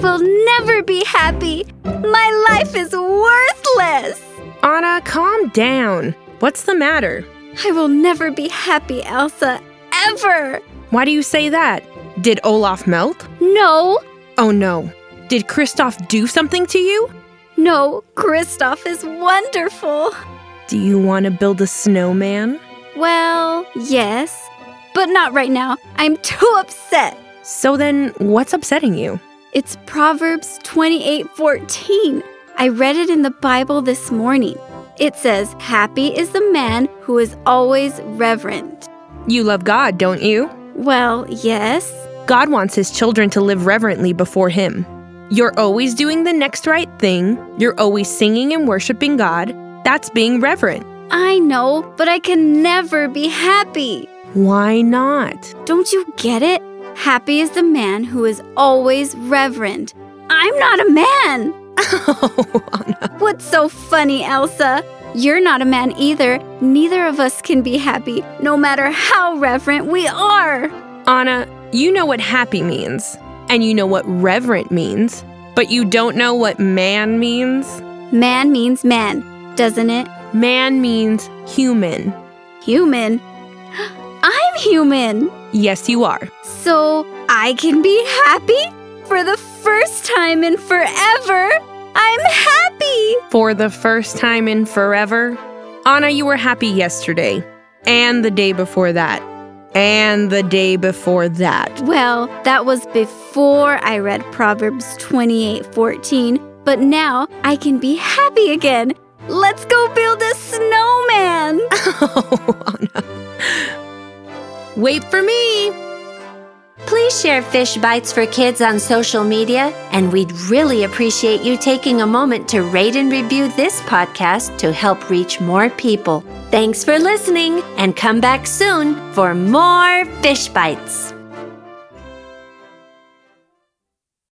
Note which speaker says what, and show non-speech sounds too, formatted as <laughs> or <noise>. Speaker 1: will never be happy. My life is worthless.
Speaker 2: Anna, calm down. What's the matter?
Speaker 1: I will never be happy, Elsa, ever.
Speaker 2: Why do you say that? Did Olaf melt?
Speaker 1: No,
Speaker 2: Oh no. Did Kristoff do something to you?
Speaker 1: no, Kristoff is wonderful.
Speaker 2: Do you want to build a snowman?
Speaker 1: Well, yes, but not right now. I'm too upset.
Speaker 2: So then, what's upsetting you?
Speaker 1: It's Proverbs 28:14. I read it in the Bible this morning. It says, "Happy is the man who is always reverent."
Speaker 2: You love God, don't you?
Speaker 1: Well, yes.
Speaker 2: God wants his children to live reverently before him. You're always doing the next right thing, you're always singing and worshiping God. That's being reverent.
Speaker 1: I know, but I can never be happy.
Speaker 2: Why not? <laughs>
Speaker 1: Don't you get it? Happy is the man who is always reverent. I'm not a man. <laughs>
Speaker 2: oh, Anna.
Speaker 1: What's so funny, Elsa? You're not a man either. Neither of us can be happy, no matter how reverent we are.
Speaker 2: Anna, you know what happy means, and you know what reverent means, but you don't know what man means?
Speaker 1: Man means man, doesn't it?
Speaker 2: Man means human.
Speaker 1: Human. <gasps> I'm human.
Speaker 2: Yes, you are.
Speaker 1: So I can be happy? For the first time in forever, I'm happy.
Speaker 2: For the first time in forever. Anna, you were happy yesterday, and the day before that, and the day before that.
Speaker 1: Well, that was before I read Proverbs 28:14, but now I can be happy again. Let's go build a snowman.
Speaker 2: Oh, Anna. Wait for me.
Speaker 3: Please share fish bites for kids on social media, and we'd really appreciate you taking a moment to rate and review this podcast to help reach more people. Thanks for listening, and come back soon for more fish bites.